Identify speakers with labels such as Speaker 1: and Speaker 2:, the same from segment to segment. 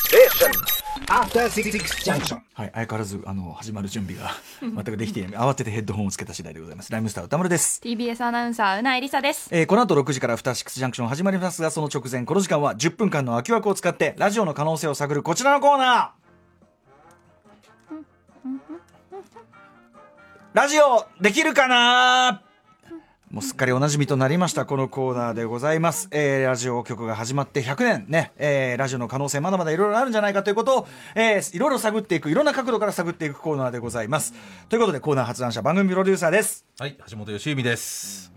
Speaker 1: Station. After Six Junction.
Speaker 2: はい、相変わらずあの始まる準備が全くできていない慌ててヘッドホンをつけた次第でございますライムスター歌丸です
Speaker 3: TBS アナウンサーうなえりさです
Speaker 2: えーこの後6時からアフターシックスジャンクション始まりますがその直前この時間は10分間の空き枠を使ってラジオの可能性を探るこちらのコーナーラジオできるかなもうすっかりおなじみとなりましたこのコーナーでございます、えーラジオ局が始まって100年ね、えーラジオの可能性まだまだいろいろあるんじゃないかということを、えーいろいろ探っていくいろんな角度から探っていくコーナーでございますということでコーナー発案者番組プロデューサーです
Speaker 4: はい、橋本良美です。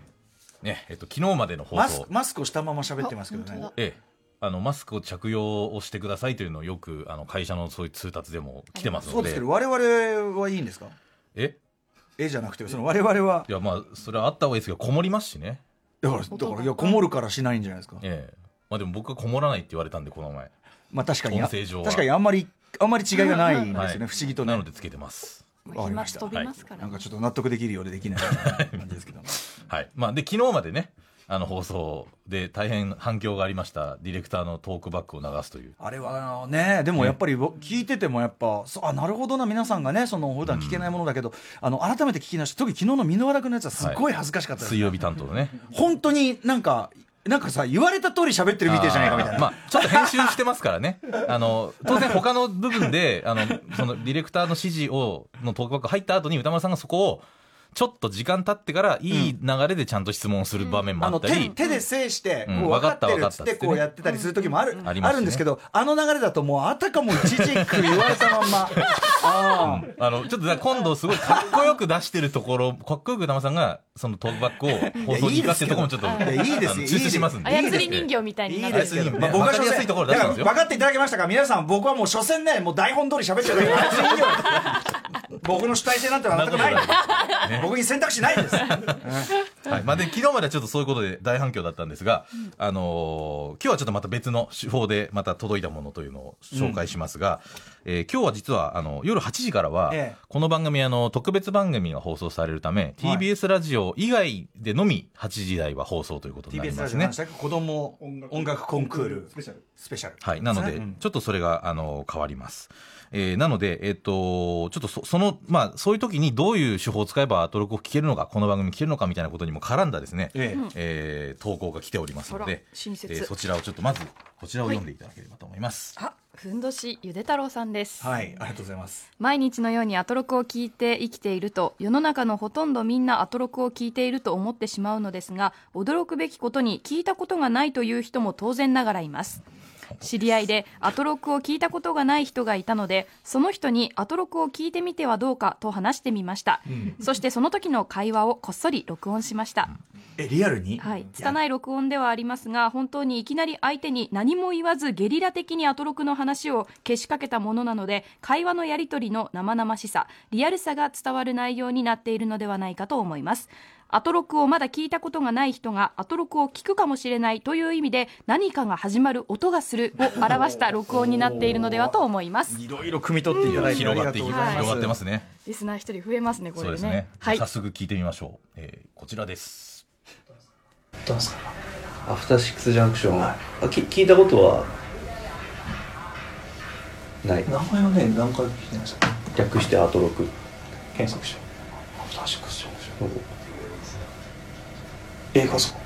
Speaker 4: ね、えっと、昨日までの放
Speaker 2: マス
Speaker 4: 送
Speaker 2: ク、マスクをしたまま喋ってますけどね
Speaker 4: ええ、あの、マスクを着用をしてくださいというのをよく、あの、会社のそういう通達でも来てます
Speaker 2: そ
Speaker 4: の
Speaker 2: うです
Speaker 4: で
Speaker 2: けど、我々はいいんですか
Speaker 4: え
Speaker 2: えじゃなくてその我々はい
Speaker 4: や、まあ、それはあった方がいいですけど、こもりますしね。
Speaker 2: だからだからいやこもるからしないんじゃないですか
Speaker 4: ええ。まあでも僕はこもらないって言われたんで、この前。
Speaker 2: まあ確かに
Speaker 4: 音声上は
Speaker 2: 確かにあんまりあんまり違いがないんですよね、
Speaker 4: はい
Speaker 2: 不思議とね
Speaker 4: なのでつけてます。
Speaker 2: わかりました
Speaker 3: 飛びますから、
Speaker 2: なんかちょっと納得できるようでできない感じですけど
Speaker 4: はい。まあ、で、昨日までね、あの、放送で大変反響がありました、ディレクターのトークバックを流すという。
Speaker 2: あれはあのねでもやっぱりぼ聞いててもやっぱそうあなるほどな皆さんがねその普段聞けないものだけど、あの改めて聞き直して特に昨日の箕輪田君のやつはすっごい恥ずかしかったです、
Speaker 4: 水曜日担当のね。
Speaker 2: 本当になんかなんかさ言われた通り喋ってるみてえじゃないかみたいな、
Speaker 4: あーまあ、ちょっと編集してますからね。 あの、当然他の部分で、あの、そのディレクターの指示を、のトークバック入った後に歌丸さんがそこを、ちょっと時間経ってから、いい流れでちゃんと質問する場面も
Speaker 2: あ
Speaker 4: あ
Speaker 2: の
Speaker 4: った
Speaker 2: 手
Speaker 4: り、
Speaker 2: 手で制して、
Speaker 4: うん
Speaker 2: こう分か
Speaker 4: 分か
Speaker 2: っ
Speaker 4: ってた
Speaker 2: るっつって
Speaker 4: 分かったっつってね
Speaker 2: こうやってたりする時もある,、
Speaker 4: ん
Speaker 2: あ
Speaker 4: ありますね
Speaker 2: るんですけどあの流れだともうあたかもいちいちく言われたまんまあ
Speaker 4: あの、ちょっとだから今度すごいかっこよく出してるところ、かっこよく歌丸さんが、そのトークバックを放送に生かしてるところもちょっと、
Speaker 2: いやいいですけどいやい
Speaker 4: あの
Speaker 2: いですよ
Speaker 4: 抽出しますんで。
Speaker 2: いいで
Speaker 3: 操
Speaker 2: す
Speaker 3: り人形みた
Speaker 2: あ
Speaker 3: い
Speaker 2: い
Speaker 3: にないって
Speaker 2: ですけど、
Speaker 4: ね
Speaker 2: まあ、僕は所詮
Speaker 4: わかりやすいところ出したんですよ
Speaker 2: だから分かっていただけましたから皆さん僕はもう所詮ねもう台本通り喋ってるから別にいいよ僕の主体性なんて全くないんで
Speaker 4: そんなこ
Speaker 2: 僕に選択肢ない です
Speaker 4: はいまあ、で昨日まではちょっとそういうことで大反響だったんですが、あのー今日はちょっとまた別の手法でまた届いたものというのを紹介しますが、えー今日は実はあの夜8時からは、
Speaker 2: ええ
Speaker 4: この番組あの特別番組が放送されるため、TBS ラジオ以外でのみ8時台は放送ということになり
Speaker 2: TBS
Speaker 4: ま
Speaker 2: ラ
Speaker 4: す
Speaker 2: ジオ何
Speaker 4: ね
Speaker 2: でし。たっけ子供音楽コンクール
Speaker 5: スペシャル
Speaker 2: スペシャル
Speaker 4: はい、なので、
Speaker 2: うん
Speaker 4: ちょっとそれが、あの、変わります。えーなので、えっ、と、ちょっとそその、まあ、そういう時にどういう手法を使えばアトロクを聞けるのか、この番組聞けるのかみたいなことにも絡んだですね、
Speaker 2: ええ
Speaker 4: えー投稿が来ておりますの
Speaker 3: あら
Speaker 4: で、
Speaker 3: 親切
Speaker 4: そちらをちょっとまず、こちらを読んでいただければと思います。
Speaker 3: あふんどしゆで太郎さんです、
Speaker 2: はいありがとうございます
Speaker 3: 毎日のようにアトロクを聞いて生きていると世の中のほとんどみんなアトロクを聞いていると思ってしまうのですが驚くべきことに聞いたことがないという人も当然ながらいます知り合いでアトロクを聞いたことがない人がいたのでその人にアトロクを聞いてみてはどうかと話してみました、そしてその時の会話をこっそり録音しました、
Speaker 2: えリアルに
Speaker 3: はい、拙い録音ではありますが本当にいきなり相手に何も言わずゲリラ的にアトロクの話をけしかけたものなので会話のやり取りの生々しさリアルさが伝わる内容になっているのではないかと思いますアトロクをまだ聞いたことがない人がアトロクを聞くかもしれないという意味で何かが始まる音がするを表した録音になっているのではと思います
Speaker 2: いろいろ汲み取っていただいてあ
Speaker 4: 広
Speaker 2: り
Speaker 4: が
Speaker 2: が
Speaker 4: って
Speaker 2: と
Speaker 4: いうき
Speaker 2: ご
Speaker 4: ます。
Speaker 2: ざいます
Speaker 4: 広がってますね。
Speaker 3: リスナー一人増えますねこ
Speaker 4: そう
Speaker 3: れ
Speaker 4: で
Speaker 3: ですね
Speaker 4: ね。
Speaker 3: はい
Speaker 4: 早速聞いてみましょう。えーこちらです。
Speaker 6: どうですかアフターシックスジャンクション、あき聞いたことはない
Speaker 5: 名前はね何回も聞いてました
Speaker 6: 略してアトロク
Speaker 5: 検索してアフターシックスジャンクション
Speaker 6: の
Speaker 5: 映画そう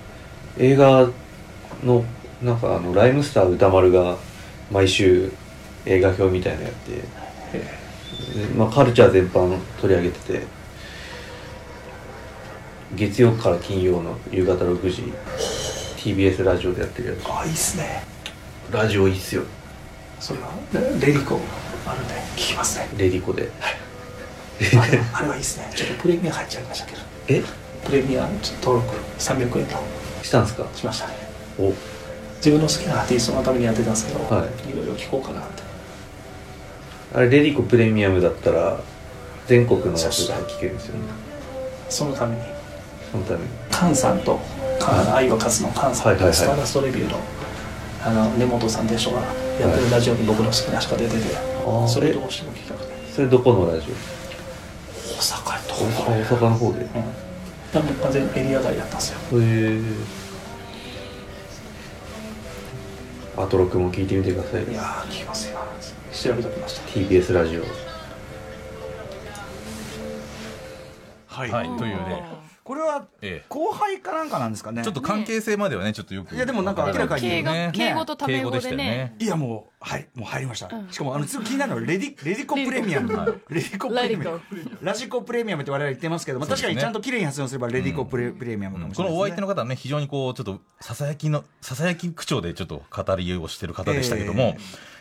Speaker 6: 映画のなんかあのライムスター歌丸が毎週映画表みたいなのやって、でまあ、カルチャー全般取り上げてて月曜から金曜の夕方6時 TBS ラジオでやってるや
Speaker 5: あいいっすね
Speaker 6: つラジオいいっすよ
Speaker 5: それはレレディコあるんで聞きますね
Speaker 6: レディコで
Speaker 5: あれあれはいいっすねちょっとプレミア入っちゃいましたけど
Speaker 6: え
Speaker 5: プレミアちょっと登録300円と
Speaker 6: したんすか
Speaker 5: しましたね
Speaker 6: お
Speaker 5: 自分の好きなアーティストのためにやってたんですけど、、
Speaker 6: はい
Speaker 5: ろいろ聞こうかなって
Speaker 6: あれレディコプレミアムだったら全国のやつが聞けるんですよね
Speaker 5: そのために
Speaker 6: そのために
Speaker 5: カンさんとカン愛は勝つのカンさ
Speaker 6: は
Speaker 5: ん
Speaker 6: いはいは
Speaker 5: と
Speaker 6: い
Speaker 5: スターダストレビューのあの根本さんでしょがやってるラジオに僕の好きな人が出てて、
Speaker 6: ー
Speaker 5: それどうしても聞きたくて
Speaker 6: それどこのラジ
Speaker 5: 大阪
Speaker 6: オ
Speaker 5: と
Speaker 6: 大阪の方でへ
Speaker 5: 多分完全にエリア外だったんですよ
Speaker 6: えアトロクも聞いてみてください
Speaker 5: いやー聞きますよ調べておきました
Speaker 6: TBS ラジオ
Speaker 2: は
Speaker 4: はい、というね、
Speaker 2: これは
Speaker 4: ええ
Speaker 2: 後輩かなんかなんですかね
Speaker 4: ちょっと関係性まではね、ちょっとよく。
Speaker 2: いやでもなんか明らかに
Speaker 4: ね
Speaker 2: 敬語
Speaker 3: 敬語とタメ語でね
Speaker 4: 敬したよ
Speaker 2: いやもうはいもう入りました、しかもあのちょっと気になるのはレディレディコプレミアム
Speaker 4: はい
Speaker 2: レディコプレミアムラジコプレミアムって我々言ってますけども、
Speaker 4: そう
Speaker 2: 確
Speaker 4: です
Speaker 2: か
Speaker 4: ね
Speaker 2: にちゃんと綺麗に発音すればレディコプレ,、プレミアムかもし
Speaker 4: こ
Speaker 2: れないです、ね、
Speaker 4: のお相手の方はね、非常にこう、ちょっと、ささやきの、ささやき口調でちょっと語りをしてる方でしたけども、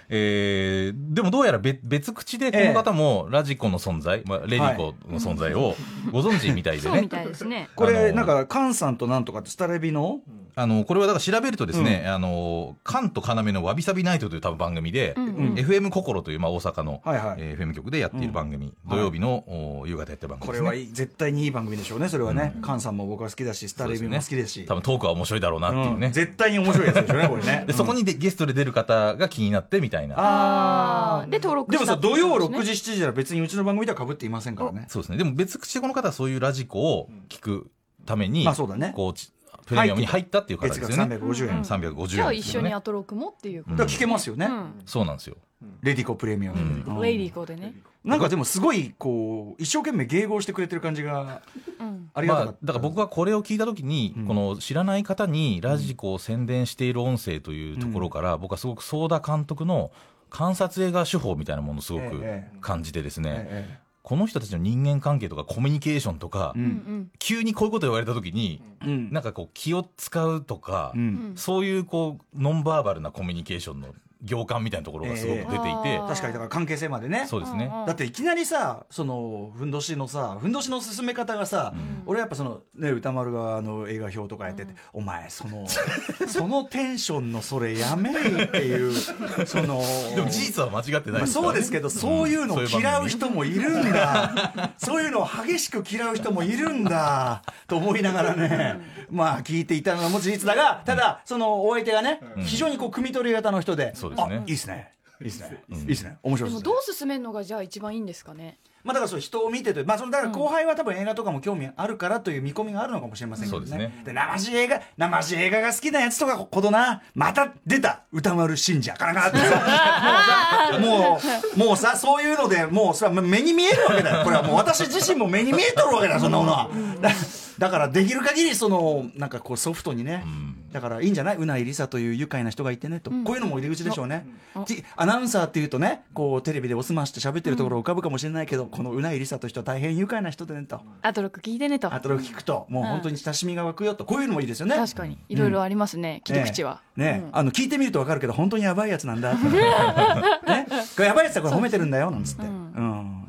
Speaker 4: えーでもどうやら別別口でこの方もラジコの存在、まあ、レディコの存在をご存知みたいで
Speaker 3: そう
Speaker 4: ね
Speaker 3: み。たいですね。
Speaker 2: こ
Speaker 4: あ
Speaker 2: れ
Speaker 4: の
Speaker 2: なんかカンさんとなんとかってスタレビの、
Speaker 4: あの、これはだから調べるとですね、あの、カンとカナメのわびさびナイトという多分番組で、FM 心という、まあ、大阪の、
Speaker 2: はいはい
Speaker 4: えー FM 局でやっている番組、
Speaker 2: うん
Speaker 4: 土曜日の、お夕方やってる番組
Speaker 2: これ
Speaker 4: ですね。
Speaker 2: はいい絶対にいい番組でしょうねそれはね、カンさんも僕は好きだしスタレビも好きですし
Speaker 4: 多分トークは面白いだろうなっていうね。
Speaker 2: うん絶対に面白いやつでしょうねこれね
Speaker 4: で、そこにでゲストで出る方が気になってみたいな。
Speaker 2: あ
Speaker 3: あー
Speaker 2: ー
Speaker 3: で登録
Speaker 2: でもさ
Speaker 3: したってこ
Speaker 2: 土
Speaker 3: とですね
Speaker 2: 曜6時7時なら別にうちの番組ではかぶっていませんからね
Speaker 4: そうですね。でも別口でこの方はそういうラジコを聞くために、
Speaker 2: まあそうだね
Speaker 4: こうち、プレミアムに入ったっていう方で
Speaker 2: 月
Speaker 4: す
Speaker 2: 額
Speaker 4: よね。
Speaker 2: 350円、
Speaker 4: うん
Speaker 2: だか
Speaker 4: 350円。
Speaker 3: じゃあ一緒にアトロクもっていうこと。
Speaker 2: ら聞けますよね、
Speaker 3: うん
Speaker 4: そうなんですよ。
Speaker 2: レディコプレミアムで、
Speaker 4: う
Speaker 2: うん
Speaker 3: レイディーコでね。
Speaker 2: なんかでもすごいこう一生懸命迎合してくれてる感じが
Speaker 3: うん
Speaker 2: ありが
Speaker 4: ま
Speaker 2: たか
Speaker 4: あ、
Speaker 2: った、
Speaker 4: だから僕はこれを聞いたときに、この知らない方にラジコを宣伝している音声というところから、僕はすごく相田監督の観察映画手法みたいなものをすごく
Speaker 2: え
Speaker 4: 感じてですね、
Speaker 2: ええ
Speaker 4: この人たちの人間関係とかコミュニケーションとか、
Speaker 2: うん
Speaker 3: うん
Speaker 4: 急にこういうこと言われたときに、
Speaker 2: うん
Speaker 4: なんかこう気を使うとか、
Speaker 2: うん
Speaker 4: そういうこうノンバーバルなコミュニケーションの行間みたいなところがすごく出ていて、
Speaker 3: ええ
Speaker 2: 確かにだから関係性までね
Speaker 4: そうですね。
Speaker 2: だっていきなりさそのふんどしのさふんどしの進め方がさ、俺やっぱその、ね、歌丸があの映画表とかやってて、お前そのそのテンションのそれやめいっていうその
Speaker 4: でも事実は間違ってない
Speaker 2: まあ、
Speaker 4: ですからね
Speaker 2: そうですけど、そういうのを
Speaker 4: んそ
Speaker 2: 嫌う
Speaker 4: 番組
Speaker 2: 人もいるんだ、そういうのを激しく嫌う人もいるんだと思いながらね、まあ聞いていたのも事実だが、ただ、そのお相手がね、非常にこう、汲み取り型の人で、
Speaker 4: そうですね
Speaker 2: あいいっすね、いいっすね、いいっすね、面白
Speaker 3: で
Speaker 2: いで
Speaker 3: も
Speaker 2: す、ね
Speaker 3: どう。進めるのがじゃあ一番いいんですかね。
Speaker 2: まあだからそう人を見てという、まあそのだから後輩は多分映画とかも興味あるからという見込みがあるのかもしれませんけどね。
Speaker 4: そうですね
Speaker 2: で、生地映画、生地映画が好きなやつとかほどな、また出た、歌丸信者からなってさ、もうさ、もう、もうさ、そういうので、もうそれは目に見えるわけだよ。これはもう私自身も目に見えとるわけだよ、そんなものは。だだからできる限りそのなんかこうソフトにね、だからいいんじゃないうないりさという愉快な人がいてねと、こういうのも入り口でしょうね、ちアナウンサーっていうとねこうテレビでおすまして喋ってるところ浮かぶかもしれないけど、このうないりさという人は大変愉快な人でねと、
Speaker 3: アトロク聞いてねと。
Speaker 2: あとで聞くともう本当に親しみが湧くよとこういうのもいいですよね
Speaker 3: 確かにいろいろありますね。切り口は。
Speaker 2: ねえねえあの聞いてみると分かるけど本当にやばいやつなんだねこれやばいやつだこれ褒めてるんだよなんつって、うん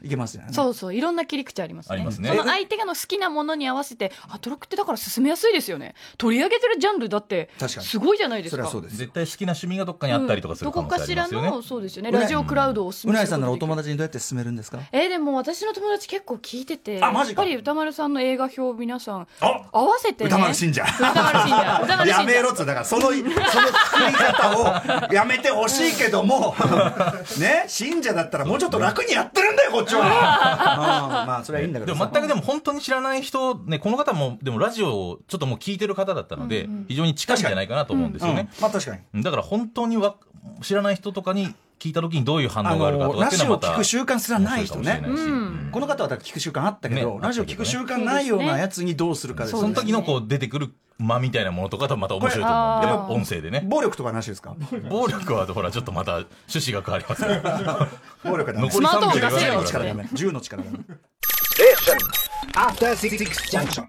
Speaker 2: いけますよね
Speaker 3: そうそういろんな切り口ありますね
Speaker 4: ありますね
Speaker 3: その相手がの好きなものに合わせてアトロクってだから進めやすいですよね取り上げてるジャンルだって
Speaker 2: 確かに
Speaker 3: すごいじゃないです
Speaker 2: それ
Speaker 3: か
Speaker 2: はそうです
Speaker 4: 絶対好きな趣味がどっかにあったりとかする
Speaker 3: どこ
Speaker 4: 可能性
Speaker 3: か
Speaker 4: あ
Speaker 3: し
Speaker 4: り
Speaker 3: ら
Speaker 4: ますよね。
Speaker 3: のそうですよね
Speaker 2: うな
Speaker 3: ラジオクラウドをおすす
Speaker 2: う
Speaker 3: め
Speaker 2: な
Speaker 3: す
Speaker 2: え
Speaker 3: る
Speaker 2: さんならお友
Speaker 3: 達
Speaker 2: 達にどうやって勧めるんですか
Speaker 3: えーでも私の友達結構聞いてて
Speaker 2: あ
Speaker 3: や
Speaker 2: マ
Speaker 3: っ
Speaker 2: ジか
Speaker 3: ぱり歌丸さんの映画表を皆さん
Speaker 2: あ
Speaker 3: 合わせてね
Speaker 2: 歌丸信者
Speaker 3: 歌丸信者歌丸信者
Speaker 2: やめろっつうだからそのその作り方をやめてほしいけどもね信者だったらもうちょっと楽にやってるんだよこっちはうんまあそれはいいんだけ
Speaker 4: で
Speaker 2: ど
Speaker 4: も
Speaker 2: さ
Speaker 4: 全くでも本当に知らない人、ね、この方も、でもラジオをちょっともう聞いてる方だったので、非常に近いんじゃないかなと思うんですよ
Speaker 2: うん
Speaker 4: ね。
Speaker 2: まあ確かに
Speaker 4: だから本当にわ知らない人とかに聞いた時にどういう反
Speaker 2: あ
Speaker 4: 応があるかと
Speaker 2: の
Speaker 4: か
Speaker 2: ラ
Speaker 4: っていう
Speaker 2: ジ
Speaker 4: のは
Speaker 2: オ
Speaker 4: また。
Speaker 2: 聞く習慣すらない人ね
Speaker 4: 面白いかもしれないしうん
Speaker 2: この方はだから聞く習慣あったけど、
Speaker 4: ね
Speaker 2: ラジオ聞く習慣ないようなやつにどうするかですよ
Speaker 4: そ
Speaker 2: ね
Speaker 4: の時のこう出てくる間みたいなものとかとまた面白いと思うんで、音声でね。
Speaker 2: 暴力とかなしですか
Speaker 4: 暴力はほらちょっとまた趣旨が変わりますから。
Speaker 2: 暴力はダメ
Speaker 4: 残り
Speaker 3: スマートフォン
Speaker 4: 3秒
Speaker 3: 出せ
Speaker 4: で
Speaker 3: よ
Speaker 2: 力ダメ銃の力ダメ
Speaker 1: After Six Junction.